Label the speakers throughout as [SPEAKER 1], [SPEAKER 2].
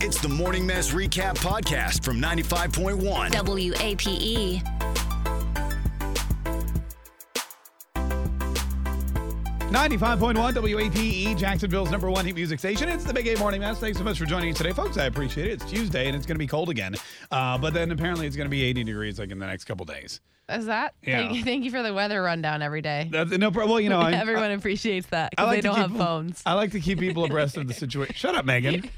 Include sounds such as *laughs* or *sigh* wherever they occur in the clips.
[SPEAKER 1] It's the Morning Mess Recap Podcast from 95.1.
[SPEAKER 2] E.
[SPEAKER 3] WAPE.
[SPEAKER 4] Ninety-five point one WAPE E, Jacksonville's number one hit music station. It's the Big A Morning Mass. Thanks so much for joining us today, folks. I appreciate it. It's Tuesday and it's going to be cold again, uh, but then apparently it's going to be eighty degrees like in the next couple days.
[SPEAKER 5] Is that?
[SPEAKER 4] Yeah.
[SPEAKER 5] Thank, you, thank you for the weather rundown every day. *laughs*
[SPEAKER 4] That's, no, problem. well, you know, I,
[SPEAKER 5] Everyone appreciates that
[SPEAKER 4] I
[SPEAKER 5] because
[SPEAKER 4] like
[SPEAKER 5] they
[SPEAKER 4] to
[SPEAKER 5] don't
[SPEAKER 4] keep
[SPEAKER 5] have phones.
[SPEAKER 4] I like to keep people abreast
[SPEAKER 5] *laughs*
[SPEAKER 4] of the situation. Shut up, Megan.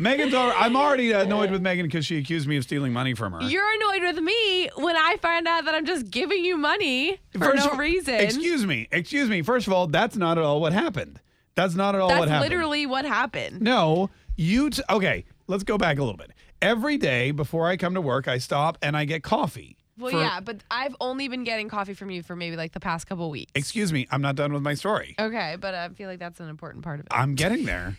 [SPEAKER 4] Megan's. Already, I'm already annoyed with Megan because she accused me of stealing money from her.
[SPEAKER 5] You're annoyed with me when I find out that I'm just giving you money for
[SPEAKER 4] First
[SPEAKER 5] no
[SPEAKER 4] of-
[SPEAKER 5] reason.
[SPEAKER 4] Excuse me. Excuse me. First of all, that's not at all what happened. That's not at all
[SPEAKER 5] That's
[SPEAKER 4] what happened.
[SPEAKER 5] literally what happened.
[SPEAKER 4] No, you. T- okay, let's go back a little bit. Every day before I come to work, I stop and I get coffee.
[SPEAKER 5] Well,
[SPEAKER 4] for-
[SPEAKER 5] yeah, but I've only been getting coffee from you for maybe like the past couple weeks.
[SPEAKER 4] Excuse me, I'm not done with my story.
[SPEAKER 5] okay, but I feel like that's an important part of it.
[SPEAKER 4] I'm getting
[SPEAKER 5] *laughs*
[SPEAKER 4] there.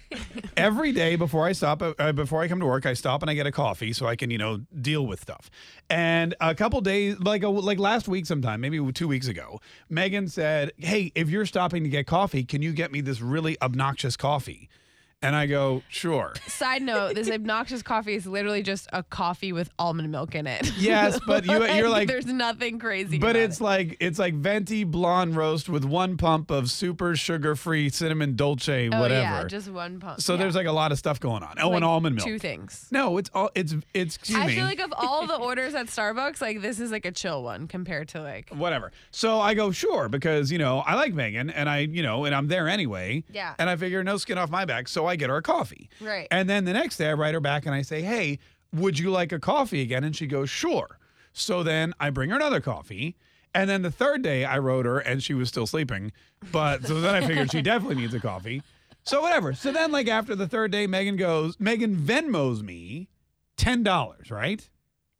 [SPEAKER 4] Every day before I stop, uh, before I come to work, I stop and I get a coffee so I can, you know, deal with stuff. And a couple days, like a, like last week, sometime maybe two weeks ago, Megan said, "Hey, if you're stopping to get coffee, can you get me this really obnoxious coffee?" And I go,
[SPEAKER 5] *laughs*
[SPEAKER 4] "Sure."
[SPEAKER 5] Side
[SPEAKER 4] *laughs*
[SPEAKER 5] note: This obnoxious coffee is literally just a coffee with almond milk in it.
[SPEAKER 4] Yes, but
[SPEAKER 5] *laughs*
[SPEAKER 4] you- you're like-
[SPEAKER 5] there's nothing crazy.
[SPEAKER 4] But
[SPEAKER 5] about
[SPEAKER 4] it's
[SPEAKER 5] it.
[SPEAKER 4] like it's like venti blonde roast with one pump of super sugar free cinnamon dolce
[SPEAKER 5] oh,
[SPEAKER 4] whatever.
[SPEAKER 5] yeah, just one pump.
[SPEAKER 4] so
[SPEAKER 5] yeah.
[SPEAKER 4] there's like a lot of stuff going on. Oh,
[SPEAKER 5] Like,
[SPEAKER 4] and almond milk.
[SPEAKER 5] Two things.
[SPEAKER 4] No, it's all it's it's excuse
[SPEAKER 5] I
[SPEAKER 4] me.
[SPEAKER 5] feel like of all
[SPEAKER 4] *laughs*
[SPEAKER 5] the orders at Starbucks, like this is like a chill one compared to like
[SPEAKER 4] whatever. So I go sure because you know I like Megan and I you know and I'm there anyway.
[SPEAKER 5] Yeah.
[SPEAKER 4] And I figure no skin off my back, so I get her a coffee.
[SPEAKER 5] Right.
[SPEAKER 4] And then the next day I write her back and I say, hey, would you like a coffee again? And she goes sure. So then I bring her another coffee. And then the third day I wrote her and she was still sleeping. But so then I figured she definitely needs a coffee. So whatever. So then like after the third day, Megan goes, Megan Venmos me ten dollars, right?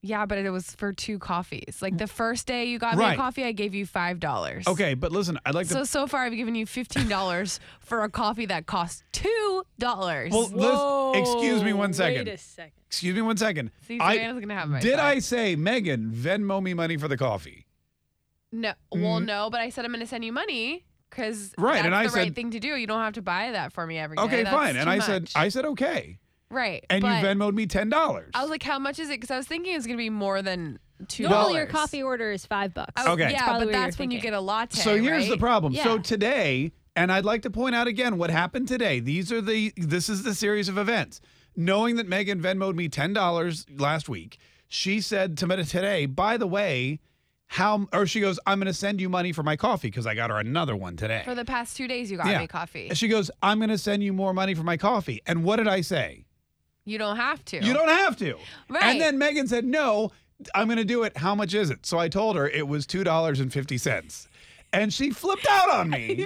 [SPEAKER 5] yeah, but it was for two coffees. Like the first day you got me
[SPEAKER 4] Right.
[SPEAKER 5] a coffee, I gave you five dollars.
[SPEAKER 4] Okay, but listen, I'd like to
[SPEAKER 5] So so far I've given you fifteen dollars for a coffee that costs two dollars.
[SPEAKER 4] Well, let's- excuse me one second.
[SPEAKER 6] Wait a second.
[SPEAKER 4] Excuse me one second.
[SPEAKER 5] See,
[SPEAKER 4] I-
[SPEAKER 5] Savannah's gonna have my
[SPEAKER 4] Did
[SPEAKER 5] side.
[SPEAKER 4] I say, Megan, Venmo me money for the coffee?
[SPEAKER 5] No, well,
[SPEAKER 4] Mm.
[SPEAKER 5] no, but I said I'm gonna send you money because
[SPEAKER 4] Right,
[SPEAKER 5] that's
[SPEAKER 4] and I
[SPEAKER 5] the right
[SPEAKER 4] said-
[SPEAKER 5] thing to do. You don't have to buy that for me every day.
[SPEAKER 4] Okay,
[SPEAKER 5] That's
[SPEAKER 4] fine. And
[SPEAKER 5] too
[SPEAKER 4] I said,
[SPEAKER 5] much.
[SPEAKER 4] I said okay.
[SPEAKER 5] right,
[SPEAKER 4] And
[SPEAKER 5] but
[SPEAKER 4] you Venmoed me ten dollars.
[SPEAKER 5] I was like, how much is it? Because I was thinking it was gonna be more than two.
[SPEAKER 6] Normally,
[SPEAKER 5] dollars.
[SPEAKER 6] your coffee order is five bucks.
[SPEAKER 5] I was-
[SPEAKER 4] Okay.
[SPEAKER 5] Oh, Yeah,
[SPEAKER 6] Probably
[SPEAKER 5] but
[SPEAKER 6] what you're
[SPEAKER 5] that's when you
[SPEAKER 6] thinking.
[SPEAKER 5] get a latte.
[SPEAKER 4] so here's the
[SPEAKER 5] right?
[SPEAKER 4] problem. So
[SPEAKER 6] Yeah.
[SPEAKER 4] today, and I'd like to point out again what happened today. These are the this is the series of events. Knowing that Megan Venmoed me ten dollars last week, she said to me today, by the way, how or she goes, I'm gonna send you money for my coffee because I got her another one today.
[SPEAKER 5] For the past two days, you got
[SPEAKER 4] Yeah.
[SPEAKER 5] me coffee.
[SPEAKER 4] and she goes, I'm gonna send you more money for my coffee. And what did I say?
[SPEAKER 5] You don't have to. *laughs*
[SPEAKER 4] You don't have to.
[SPEAKER 5] Right.
[SPEAKER 4] And then Megan said, No, I'm going to do it. How much is it? So I told her it was $2.50. And she flipped out on
[SPEAKER 5] *laughs*
[SPEAKER 4] me.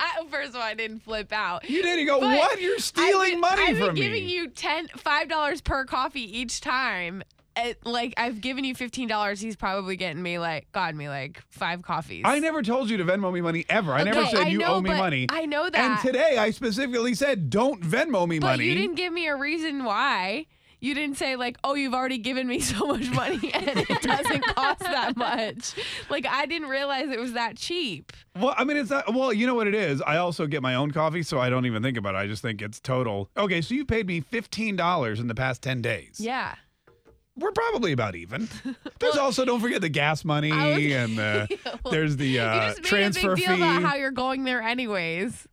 [SPEAKER 5] I, first of all, I didn't flip out.
[SPEAKER 4] you didn't go,
[SPEAKER 5] But
[SPEAKER 4] What? You're stealing
[SPEAKER 5] I've been-
[SPEAKER 4] money
[SPEAKER 5] I've
[SPEAKER 4] from
[SPEAKER 5] been giving
[SPEAKER 4] me.
[SPEAKER 5] you ten, five dollars per coffee each time. It- like I've given you fifteen dollars. He's probably getting me like gotten me like five coffees.
[SPEAKER 4] I never told you to Venmo me money ever. I never
[SPEAKER 5] Okay,
[SPEAKER 4] said
[SPEAKER 5] I
[SPEAKER 4] you
[SPEAKER 5] know,
[SPEAKER 4] owe me
[SPEAKER 5] but
[SPEAKER 4] money.
[SPEAKER 5] I know
[SPEAKER 4] And
[SPEAKER 5] that.
[SPEAKER 4] today I specifically said, Don't Venmo me
[SPEAKER 5] but
[SPEAKER 4] money.
[SPEAKER 5] you didn't give me a reason why. You didn't say like, oh, you've already given me *laughs* so much money and it doesn't cost that much. Like I didn't realize it was that cheap.
[SPEAKER 4] Well, I mean, it's not. Well, you know what it is. I also get my own coffee, so I don't even think about it. I just think it's total. Okay, so you paid me fifteen dollars in the past ten days.
[SPEAKER 5] *laughs* Yeah.
[SPEAKER 4] we're probably about
[SPEAKER 5] *laughs*
[SPEAKER 4] even. There's also don't forget the gas money
[SPEAKER 5] I was-
[SPEAKER 4] and the,
[SPEAKER 5] *laughs*
[SPEAKER 4] there's the
[SPEAKER 5] you
[SPEAKER 4] uh,
[SPEAKER 5] just made
[SPEAKER 4] transfer
[SPEAKER 5] a big
[SPEAKER 4] fee.
[SPEAKER 5] deal about how you're going there anyways.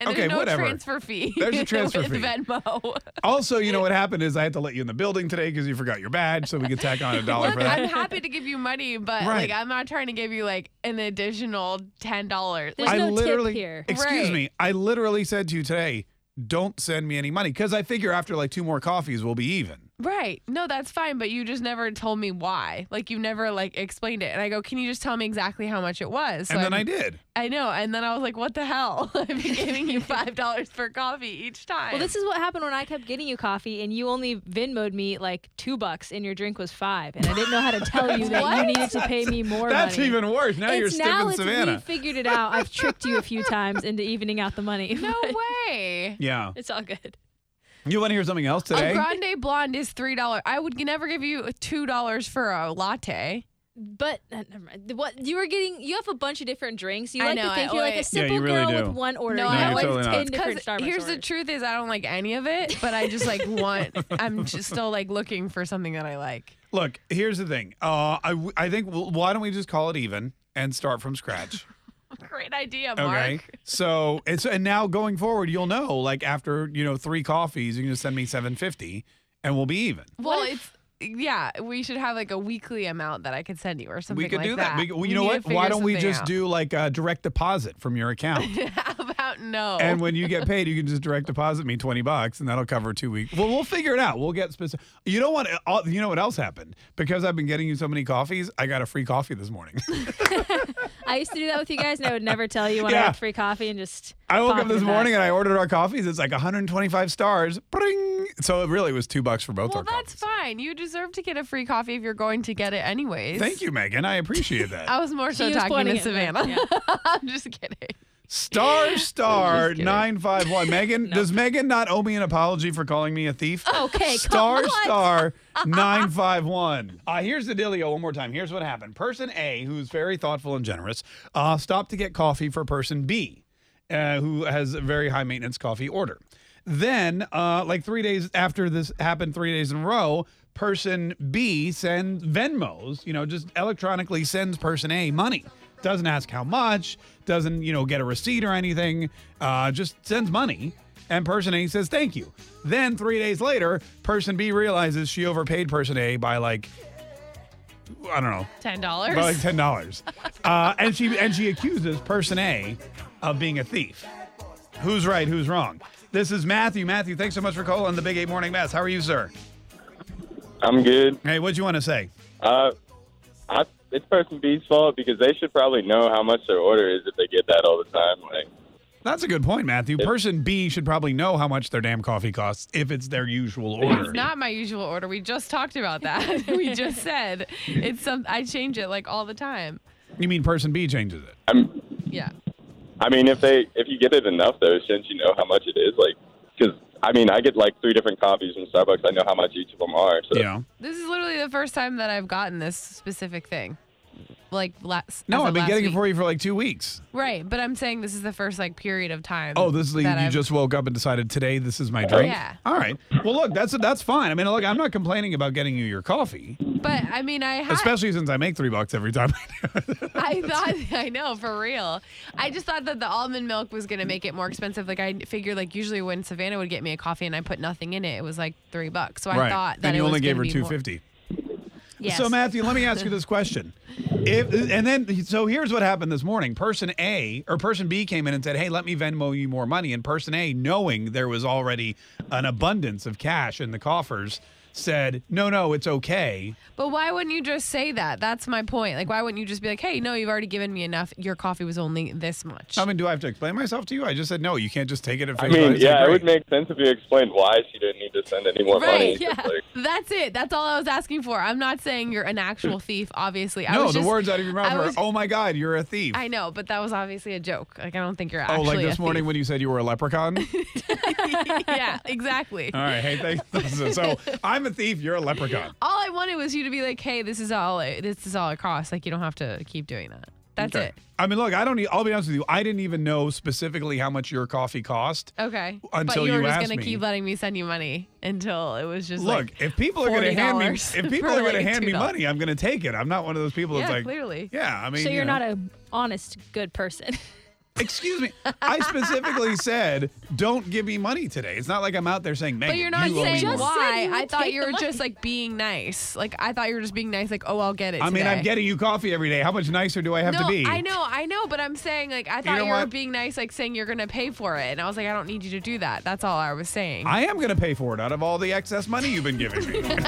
[SPEAKER 5] And
[SPEAKER 4] Okay,
[SPEAKER 5] there's no
[SPEAKER 4] whatever.
[SPEAKER 5] transfer fee.
[SPEAKER 4] There's a transfer
[SPEAKER 5] *laughs* with
[SPEAKER 4] fee.
[SPEAKER 5] Venmo.
[SPEAKER 4] also,
[SPEAKER 5] *laughs*
[SPEAKER 4] you know what happened is I had to let you in the building today because you forgot your badge, so we could tack on
[SPEAKER 5] *laughs*
[SPEAKER 4] a dollar
[SPEAKER 5] Look,
[SPEAKER 4] for that.
[SPEAKER 5] I'm happy to give you money, but
[SPEAKER 4] Right.
[SPEAKER 5] like I'm not trying to give you like an additional ten dollars.
[SPEAKER 6] There's
[SPEAKER 4] I
[SPEAKER 6] no tip
[SPEAKER 4] literally,
[SPEAKER 6] here.
[SPEAKER 4] excuse
[SPEAKER 5] Right.
[SPEAKER 4] me, I literally said to you today, don't send me any money because I figure after like two more coffees we'll be even.
[SPEAKER 5] Right. No, that's fine, but you just never told me why. Like you never like explained it. And I go, "Can you just tell me exactly how much it was?" So
[SPEAKER 4] and then
[SPEAKER 5] I,
[SPEAKER 4] I did.
[SPEAKER 5] I know. And then I was like, "What the hell? *laughs* I've been
[SPEAKER 4] *laughs*
[SPEAKER 5] giving you $5 for coffee each time."
[SPEAKER 6] Well, this is what happened when I kept getting you coffee and you only Venmoed me like two bucks and your drink was five. And I didn't know
[SPEAKER 5] *laughs*
[SPEAKER 6] how to tell you that you
[SPEAKER 5] What?
[SPEAKER 6] needed to pay me more
[SPEAKER 4] That's
[SPEAKER 6] money.
[SPEAKER 4] even worse. Now you're
[SPEAKER 6] it's now
[SPEAKER 4] stiffing
[SPEAKER 6] it's we
[SPEAKER 4] Savannah.
[SPEAKER 6] figured it out. I've tricked you a few times into evening out the money.
[SPEAKER 5] *laughs* *laughs* No
[SPEAKER 6] but
[SPEAKER 5] way.
[SPEAKER 4] Yeah.
[SPEAKER 6] It's all good.
[SPEAKER 4] You want to hear something else
[SPEAKER 5] A
[SPEAKER 4] today?
[SPEAKER 5] grande blonde is $3. I would never give you $2 for a latte.
[SPEAKER 6] But uh, never mind. What you were getting? You have a bunch of different drinks. You
[SPEAKER 5] I
[SPEAKER 6] like
[SPEAKER 5] know,
[SPEAKER 6] to think
[SPEAKER 5] I
[SPEAKER 6] you're like a
[SPEAKER 5] always-
[SPEAKER 4] Yeah, you
[SPEAKER 6] simple
[SPEAKER 4] really
[SPEAKER 6] girl
[SPEAKER 4] do.
[SPEAKER 6] with one order.
[SPEAKER 5] No,
[SPEAKER 6] you
[SPEAKER 5] I
[SPEAKER 6] have,
[SPEAKER 5] No,
[SPEAKER 6] like
[SPEAKER 5] you're
[SPEAKER 4] totally not.
[SPEAKER 6] ten
[SPEAKER 5] It's
[SPEAKER 6] different Starbucks
[SPEAKER 5] here's the
[SPEAKER 6] orders.
[SPEAKER 5] truth is I don't like any of it, but I just like
[SPEAKER 4] *laughs*
[SPEAKER 5] want I'm just still like looking for something that I like.
[SPEAKER 4] Look, here's the thing. Uh, I, w- I think, well, why don't we just call it even and start from scratch?
[SPEAKER 5] Great idea, Mark. *laughs*
[SPEAKER 4] Okay. So it's and now going forward, you'll know. Like after you know three coffees, you can just send me seven fifty, and we'll be even.
[SPEAKER 5] Well, it's yeah. We should have like a weekly amount that I could send you or something.
[SPEAKER 4] we could
[SPEAKER 5] like
[SPEAKER 4] do that. We could- well, you know
[SPEAKER 5] need
[SPEAKER 4] what?
[SPEAKER 5] to
[SPEAKER 4] Why
[SPEAKER 5] figure
[SPEAKER 4] don't we
[SPEAKER 5] something
[SPEAKER 4] just
[SPEAKER 5] out.
[SPEAKER 4] do like a direct deposit from your account?
[SPEAKER 5] *laughs* How about no?
[SPEAKER 4] and when you get paid, you can just
[SPEAKER 5] *laughs*
[SPEAKER 4] direct deposit me twenty bucks, and that'll cover two weeks. Well, we'll figure it out. We'll get specific. You know what? all- You know what else happened? Because I've been getting you so many coffees, I got a free coffee this morning. *laughs*
[SPEAKER 6] I used to do that with you guys, and I would never tell you when
[SPEAKER 4] Yeah.
[SPEAKER 6] I had free coffee and just.
[SPEAKER 4] I woke
[SPEAKER 6] pop
[SPEAKER 4] up
[SPEAKER 6] it
[SPEAKER 4] this
[SPEAKER 6] in
[SPEAKER 4] morning and
[SPEAKER 6] back.
[SPEAKER 4] I ordered our coffees. It's like 125 stars. Bring. So it really was two bucks for both
[SPEAKER 5] well,
[SPEAKER 4] our coffees.
[SPEAKER 5] that's fine. You deserve to get a free coffee if you're going to get it anyways.
[SPEAKER 4] Thank you, Megan. I appreciate
[SPEAKER 6] *laughs*
[SPEAKER 4] that.
[SPEAKER 6] Oh,
[SPEAKER 5] I was more so
[SPEAKER 6] She was
[SPEAKER 5] talking
[SPEAKER 6] pointing
[SPEAKER 5] to
[SPEAKER 6] at me.
[SPEAKER 5] Savannah. *laughs* I'm just kidding.
[SPEAKER 4] Star star
[SPEAKER 5] kidding.
[SPEAKER 4] nine five one.
[SPEAKER 6] *laughs*
[SPEAKER 4] Megan, does Megan not owe me an apology for calling me a thief?
[SPEAKER 6] Okay, come
[SPEAKER 4] Star
[SPEAKER 6] on. *laughs*
[SPEAKER 4] star nine five one. Uh, here's the dealio. One more time. Here's what happened. Person A, who's very thoughtful and generous, uh, stopped to get coffee for person B, uh, who has a very high maintenance coffee order. Then, uh, like three days after this happened, three days in a row, person B sends Venmos. You know, just electronically sends person A money doesn't ask how much, doesn't, you know, get a receipt or anything, uh, just sends money. And person A says, thank you. Then three days later, person B realizes she overpaid person A by like, I don't know,
[SPEAKER 5] Ten
[SPEAKER 4] by like
[SPEAKER 5] dollars.
[SPEAKER 4] ten dollars, uh, and she and she accuses person A of being a thief. Who's right? Who's wrong? This is Matthew. Matthew, thanks so much for calling the Big Eight Morning Mess. How are you, sir?
[SPEAKER 3] I'm good.
[SPEAKER 4] Hey, what'd you want to say?
[SPEAKER 3] Uh, I, it's person B's fault because they should probably know how much their order is if they get that all the time. Like,
[SPEAKER 4] That's a good point, Matthew. Person B should probably know how much their damn coffee costs if it's their usual order.
[SPEAKER 5] It's not my usual order. We just talked about that. *laughs* we just said it's some. I change it like all the time.
[SPEAKER 4] You mean person B changes it?
[SPEAKER 3] I'm,
[SPEAKER 5] Yeah.
[SPEAKER 3] I mean, if they if you get it enough though, shouldn't you know how much it is? Like, because I mean, I get like three different coffees from Starbucks. I know how much each of them are. So
[SPEAKER 4] Yeah.
[SPEAKER 5] This is literally the first time that I've gotten this specific thing. Like last.
[SPEAKER 4] No, I've been getting it
[SPEAKER 5] for.
[SPEAKER 4] for you for like two weeks.
[SPEAKER 5] Right, but I'm saying this is the first like period of time.
[SPEAKER 4] Oh, this is the, you
[SPEAKER 5] that I've-
[SPEAKER 4] just woke up and decided today this is my drink.
[SPEAKER 5] Yeah.
[SPEAKER 4] All right. Well, look, that's that's fine. I mean, look, I'm not complaining about getting you your coffee,
[SPEAKER 5] But I mean, I had.
[SPEAKER 4] especially since I make three bucks every time.
[SPEAKER 5] *laughs*
[SPEAKER 4] *laughs*
[SPEAKER 5] I thought I know for real. I just thought that the almond milk was gonna make it more expensive. Like I figured, like usually when Savannah would get me a coffee and I put nothing in it, it was like three bucks. So I thought that
[SPEAKER 4] and
[SPEAKER 5] it
[SPEAKER 4] you
[SPEAKER 5] was
[SPEAKER 4] only gave
[SPEAKER 5] gonna
[SPEAKER 4] her
[SPEAKER 5] be
[SPEAKER 4] two
[SPEAKER 5] more-
[SPEAKER 4] fifty.
[SPEAKER 6] Yes.
[SPEAKER 4] So Matthew, let me ask you this question. If and then so here's what happened this morning. Person A or person B came in and said, "Hey, let me Venmo you more money." And person A, knowing there was already an abundance of cash in the coffers, said, "No, no, it's okay."
[SPEAKER 5] But why wouldn't you just say that? That's my point. Like, why wouldn't you just be like, "Hey, no, you've already given me enough. Your coffee was only this much."
[SPEAKER 4] I mean, do I have to explain myself to you? I just said no. You can't just take it at
[SPEAKER 3] I
[SPEAKER 4] face
[SPEAKER 3] mean,
[SPEAKER 4] value.
[SPEAKER 3] yeah, it
[SPEAKER 4] Great.
[SPEAKER 3] would make sense if you explained why she didn't need to send any more money.
[SPEAKER 5] Right,
[SPEAKER 3] It's just
[SPEAKER 6] yeah.
[SPEAKER 3] like-
[SPEAKER 5] *laughs* That's it. That's all I was asking for. I'm not saying you're an actual thief. Obviously, I
[SPEAKER 4] no,
[SPEAKER 5] was
[SPEAKER 4] the
[SPEAKER 5] just-
[SPEAKER 4] words out of your mouth
[SPEAKER 5] I
[SPEAKER 4] were,
[SPEAKER 5] was-
[SPEAKER 4] "Oh my God, you're a thief."
[SPEAKER 5] I know, but that was obviously a joke. Like I don't think you're
[SPEAKER 4] oh,
[SPEAKER 5] actually.
[SPEAKER 4] like
[SPEAKER 5] a
[SPEAKER 4] this
[SPEAKER 5] thief.
[SPEAKER 4] morning when you said you were a leprechaun.
[SPEAKER 5] *laughs* yeah, exactly.
[SPEAKER 4] all right, hey, thanks. So, so
[SPEAKER 5] *laughs*
[SPEAKER 4] I'm a thief. You're a leprechaun.
[SPEAKER 5] All I wanted was you to be like, "Hey, this is all. It, this is all it costs. Like you don't have to keep doing that. That's
[SPEAKER 4] Okay.
[SPEAKER 5] it."
[SPEAKER 4] I mean, look, I don't. e- I'll be honest with you. I didn't even know specifically how much your coffee cost.
[SPEAKER 5] Okay.
[SPEAKER 4] Until
[SPEAKER 5] but you were
[SPEAKER 4] you
[SPEAKER 5] just
[SPEAKER 4] asked
[SPEAKER 5] gonna
[SPEAKER 4] me.
[SPEAKER 5] keep letting me send you money until it was just
[SPEAKER 4] Look,
[SPEAKER 5] like,
[SPEAKER 4] if people are going to hand me,
[SPEAKER 5] $40 *laughs*
[SPEAKER 4] if people
[SPEAKER 5] for
[SPEAKER 4] are going to
[SPEAKER 5] like
[SPEAKER 4] hand me
[SPEAKER 5] $2.
[SPEAKER 4] money, I'm going to take it. I'm not one of those people
[SPEAKER 5] yeah,
[SPEAKER 4] that's like,
[SPEAKER 5] clearly.
[SPEAKER 4] yeah. I mean,
[SPEAKER 6] so
[SPEAKER 4] you
[SPEAKER 6] you're
[SPEAKER 4] know.
[SPEAKER 6] not a honest good person. *laughs*
[SPEAKER 5] *laughs*
[SPEAKER 4] Excuse me. I specifically said, "Don't give me money today." It's not like I'm out there saying, "Megan,
[SPEAKER 5] But you're not
[SPEAKER 4] you owe me
[SPEAKER 5] saying
[SPEAKER 4] money."
[SPEAKER 6] just said
[SPEAKER 5] why.
[SPEAKER 6] you
[SPEAKER 5] I
[SPEAKER 6] would
[SPEAKER 5] thought
[SPEAKER 6] take
[SPEAKER 5] you
[SPEAKER 6] the
[SPEAKER 5] were just like being nice. Like I thought you were just being nice. Like oh, I'll get it.
[SPEAKER 4] I mean, I'm
[SPEAKER 5] today.
[SPEAKER 4] getting you coffee every day. How much nicer do I have
[SPEAKER 5] no,
[SPEAKER 4] to be?
[SPEAKER 5] I know, I know, but I'm saying like I thought
[SPEAKER 4] know
[SPEAKER 5] you, were
[SPEAKER 4] what?
[SPEAKER 5] being nice, like saying you're gonna pay for it, and I was like, I don't need you to do that. That's all I was saying.
[SPEAKER 4] I am going to pay for it out of all the excess money you've been giving me.
[SPEAKER 5] *laughs*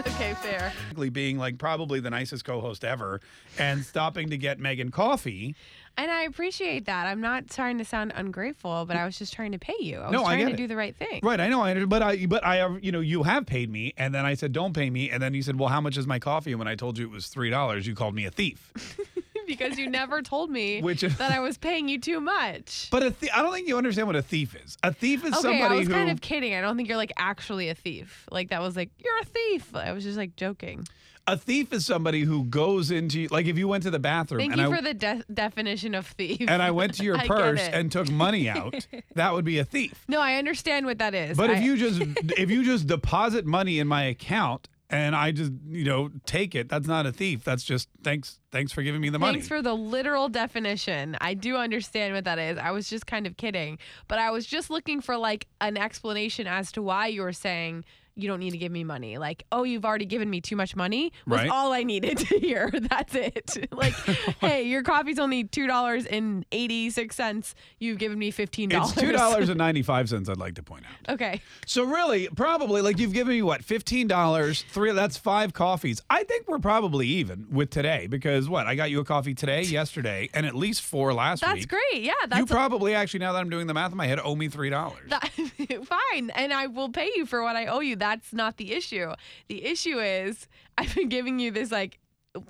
[SPEAKER 5] okay, fair.
[SPEAKER 4] Basically being like probably the nicest co-host ever and stopping to get Megan coffee.
[SPEAKER 5] And I appreciate that. I'm not trying to sound ungrateful, but I was just trying to pay you. I was
[SPEAKER 4] No, I get
[SPEAKER 5] trying to
[SPEAKER 4] it.
[SPEAKER 5] do the right thing.
[SPEAKER 4] Right, I know, I but I but I you know, you have paid me and then I said don't pay me and then you said, "Well, how much is my coffee?" and when I told you it was $3, you called me a thief.
[SPEAKER 5] *laughs* because you never told me
[SPEAKER 4] *laughs* Which-
[SPEAKER 5] that I was paying you too much.
[SPEAKER 4] But a th- I don't think you understand what a thief is. A thief is
[SPEAKER 5] Okay,
[SPEAKER 4] somebody
[SPEAKER 5] I was
[SPEAKER 4] who
[SPEAKER 5] kind of kidding. I don't think you're like actually a thief. Like that was like you're a thief. I was just like joking.
[SPEAKER 4] a thief is somebody who goes into like if you went to the bathroom
[SPEAKER 5] Thank
[SPEAKER 4] and
[SPEAKER 5] you
[SPEAKER 4] I
[SPEAKER 5] for the de- definition of *laughs* thief.
[SPEAKER 4] and I went to your
[SPEAKER 5] I get
[SPEAKER 4] purse
[SPEAKER 5] it.
[SPEAKER 4] and took money out, that would be a thief.
[SPEAKER 5] no, I understand what that is.
[SPEAKER 4] But
[SPEAKER 5] I-
[SPEAKER 4] if you
[SPEAKER 5] *laughs*
[SPEAKER 4] just if you just deposit money in my account and I just you know take it, that's not a thief. That's just thanks thanks for giving me the money.
[SPEAKER 5] Thanks for the literal definition. I do understand what that is. I was just kind of kidding, but I was just looking for like an explanation as to why you were saying you don't need to give me money. Like, oh, you've already given me too much money. Was
[SPEAKER 4] Right.
[SPEAKER 5] all I needed to *laughs* hear. That's it.
[SPEAKER 4] *laughs*
[SPEAKER 5] *laughs* like, hey, your coffee's only two dollars and eighty six cents. You've given me fifteen
[SPEAKER 4] it's
[SPEAKER 5] dollars.
[SPEAKER 4] two dollars and ninety five cents. I'd like to point out.
[SPEAKER 5] *laughs* okay.
[SPEAKER 4] So really, probably like you've given me what fifteen dollars, three. That's five coffees. I think we're probably even with today because what I got you a coffee today, yesterday, and at least four last
[SPEAKER 5] That's
[SPEAKER 4] week.
[SPEAKER 5] great. Yeah, that's
[SPEAKER 4] you probably actually now that I'm doing the math in my head owe me three dollars.
[SPEAKER 5] That, *laughs* fine, and I will pay you for what I owe you. That's not the issue. The issue is *laughs* I've been giving you this like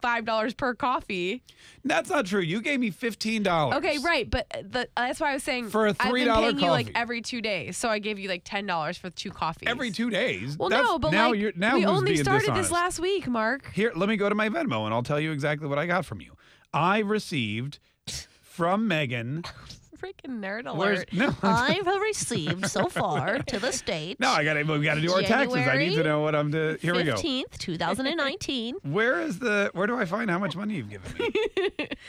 [SPEAKER 5] five dollars per coffee.
[SPEAKER 4] That's not true. You gave me fifteen dollars.
[SPEAKER 5] Okay, right, but the, that's why I was saying
[SPEAKER 4] For a
[SPEAKER 5] I've been
[SPEAKER 4] $3
[SPEAKER 5] paying you like
[SPEAKER 4] coffee.
[SPEAKER 5] every two days, so I gave you like ten dollars for two coffees.
[SPEAKER 4] Every two days.
[SPEAKER 5] Well,
[SPEAKER 4] That's-
[SPEAKER 5] no, but
[SPEAKER 4] now
[SPEAKER 5] like
[SPEAKER 4] you're now
[SPEAKER 5] we
[SPEAKER 4] who's
[SPEAKER 5] only
[SPEAKER 4] being
[SPEAKER 5] started
[SPEAKER 4] dishonest?
[SPEAKER 5] this last week, Mark.
[SPEAKER 4] Here, let me go to my Venmo and I'll tell you exactly what I got from you. I received from Megan.
[SPEAKER 5] Freaking nerd alert!
[SPEAKER 4] Where's
[SPEAKER 2] *laughs*
[SPEAKER 4] no?
[SPEAKER 2] I have received so far to this date.
[SPEAKER 4] No, I got to. We got to do our taxes. I need to
[SPEAKER 2] January
[SPEAKER 4] know what I'm to. Here we go.
[SPEAKER 2] 15th, 2019.
[SPEAKER 4] Where is the? Where do I find how much money you've given me?
[SPEAKER 5] *laughs*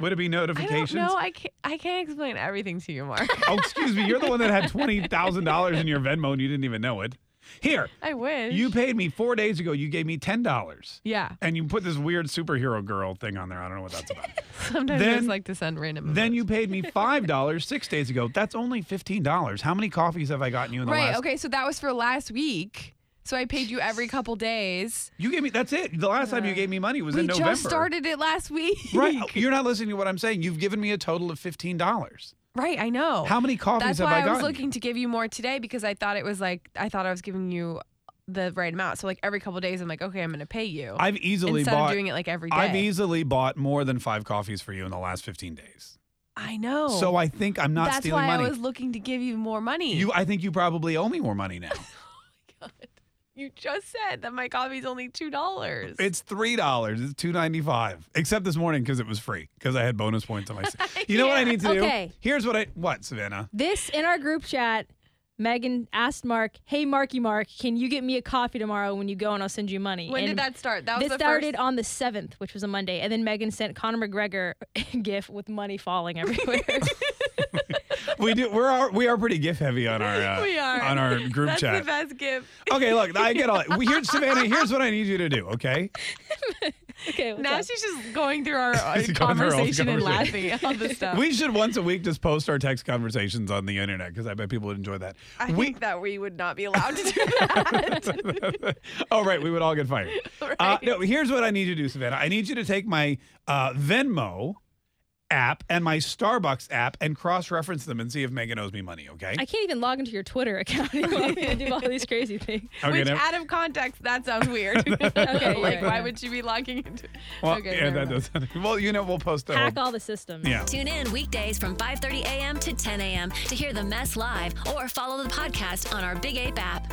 [SPEAKER 4] Would it be
[SPEAKER 5] I don't
[SPEAKER 4] notifications?
[SPEAKER 5] know. I can't. I can't explain everything to you, Mark.
[SPEAKER 4] Oh, excuse me. You're the one that had twenty thousand dollars in your Venmo and you didn't even know it. Here,
[SPEAKER 5] I wish.
[SPEAKER 4] you paid me four days ago. You gave me ten dollars,
[SPEAKER 5] yeah.
[SPEAKER 4] and you put this weird superhero girl thing on there. I don't know what that's about.
[SPEAKER 5] Sometimes I
[SPEAKER 4] Then-
[SPEAKER 5] just like to send random.
[SPEAKER 4] Then you paid me five dollars six days ago. That's only fifteen dollars. How many coffees have I gotten you in the
[SPEAKER 5] Right.
[SPEAKER 4] last?
[SPEAKER 5] Okay. So that was for last week. So I paid you every couple days.
[SPEAKER 4] You gave me. That's it. The last time you gave me money was
[SPEAKER 5] we
[SPEAKER 4] in November.
[SPEAKER 5] just started it last week.
[SPEAKER 4] *laughs* Right. You're not listening to what I'm saying. You've given me a total of fifteen dollars.
[SPEAKER 5] *laughs* Right. I know.
[SPEAKER 4] How many coffees
[SPEAKER 5] Oh. That's
[SPEAKER 4] have
[SPEAKER 5] why
[SPEAKER 4] I
[SPEAKER 5] I, was
[SPEAKER 4] gotten?
[SPEAKER 5] looking to give you more today because I thought it was like I thought I was giving you the right amount. So like every couple days, I'm like, okay, I'm gonna pay you
[SPEAKER 4] I've easily
[SPEAKER 5] instead
[SPEAKER 4] bought.
[SPEAKER 5] of doing it like every day.
[SPEAKER 4] I've easily bought more than five coffees for you in the last fifteen days.
[SPEAKER 5] I know.
[SPEAKER 4] So I think I'm not
[SPEAKER 5] Oh. that's
[SPEAKER 4] stealing
[SPEAKER 5] why
[SPEAKER 4] money.
[SPEAKER 5] I was looking to give you more money.
[SPEAKER 4] you, I think you probably owe me more money now.
[SPEAKER 5] You just said that my coffee's only two dollars.
[SPEAKER 4] It's three dollars. It's two ninety five. Except this morning because it was free because I had bonus points on my.
[SPEAKER 5] *laughs*
[SPEAKER 4] You know what I need to
[SPEAKER 6] Okay.
[SPEAKER 4] do? Here's what I. What Savannah?
[SPEAKER 6] This in our group chat, Megan asked Mark, "Hey, Marky Mark, can you get me a coffee tomorrow when you go, and I'll send you money."
[SPEAKER 5] when did
[SPEAKER 6] And
[SPEAKER 5] that start? That was the
[SPEAKER 6] this started
[SPEAKER 5] first.
[SPEAKER 6] on the seventh, which was a Monday, and then Megan sent Conor McGregor *laughs* a gif with money falling everywhere.
[SPEAKER 5] *laughs*
[SPEAKER 4] we do. We're are, we are pretty gif heavy on our uh,
[SPEAKER 5] *laughs* *laughs* We are.
[SPEAKER 4] on our group
[SPEAKER 5] That's
[SPEAKER 4] chat.
[SPEAKER 5] the best gift.
[SPEAKER 4] Okay, look, I get all. that. We- Here's Savannah. Here's what I need you to do. Okay,
[SPEAKER 5] *laughs*
[SPEAKER 6] okay, what's
[SPEAKER 5] Now
[SPEAKER 6] up?
[SPEAKER 5] she's just going
[SPEAKER 4] *laughs*
[SPEAKER 5] through our uh,
[SPEAKER 4] She's going through her own
[SPEAKER 5] conversation and laughing
[SPEAKER 4] conversation.
[SPEAKER 5] at all the stuff.
[SPEAKER 4] we should once a week just post our text conversations on the internet because I bet people would enjoy that.
[SPEAKER 5] I
[SPEAKER 4] we,
[SPEAKER 5] think that we would not be allowed to do that.
[SPEAKER 4] oh right, we would *laughs* all get fired. Uh,
[SPEAKER 5] *laughs* Right.
[SPEAKER 4] no, here's what I need you to do, Savannah. I need you to take my uh, Venmo app and my Starbucks app and cross-reference them and see if Megan owes me money. Okay.
[SPEAKER 6] I can't even log into your Twitter account. You *laughs* want me to do all these crazy things.
[SPEAKER 4] *laughs* okay.
[SPEAKER 5] Which,
[SPEAKER 4] now-
[SPEAKER 5] out of context, that
[SPEAKER 4] *laughs*
[SPEAKER 5] sounds weird.
[SPEAKER 6] yeah,
[SPEAKER 5] like, why
[SPEAKER 6] yeah.
[SPEAKER 5] would she be logging into?
[SPEAKER 4] well, yeah,
[SPEAKER 5] never
[SPEAKER 4] that
[SPEAKER 5] mind.
[SPEAKER 4] does. *laughs* Well, you know, we'll post the
[SPEAKER 6] Hack
[SPEAKER 4] whole-
[SPEAKER 6] all the systems.
[SPEAKER 4] Yeah.
[SPEAKER 2] Tune in weekdays from 5:30 a.m. to 10 a.m. to hear the mess live or follow the podcast on our Big Ape app.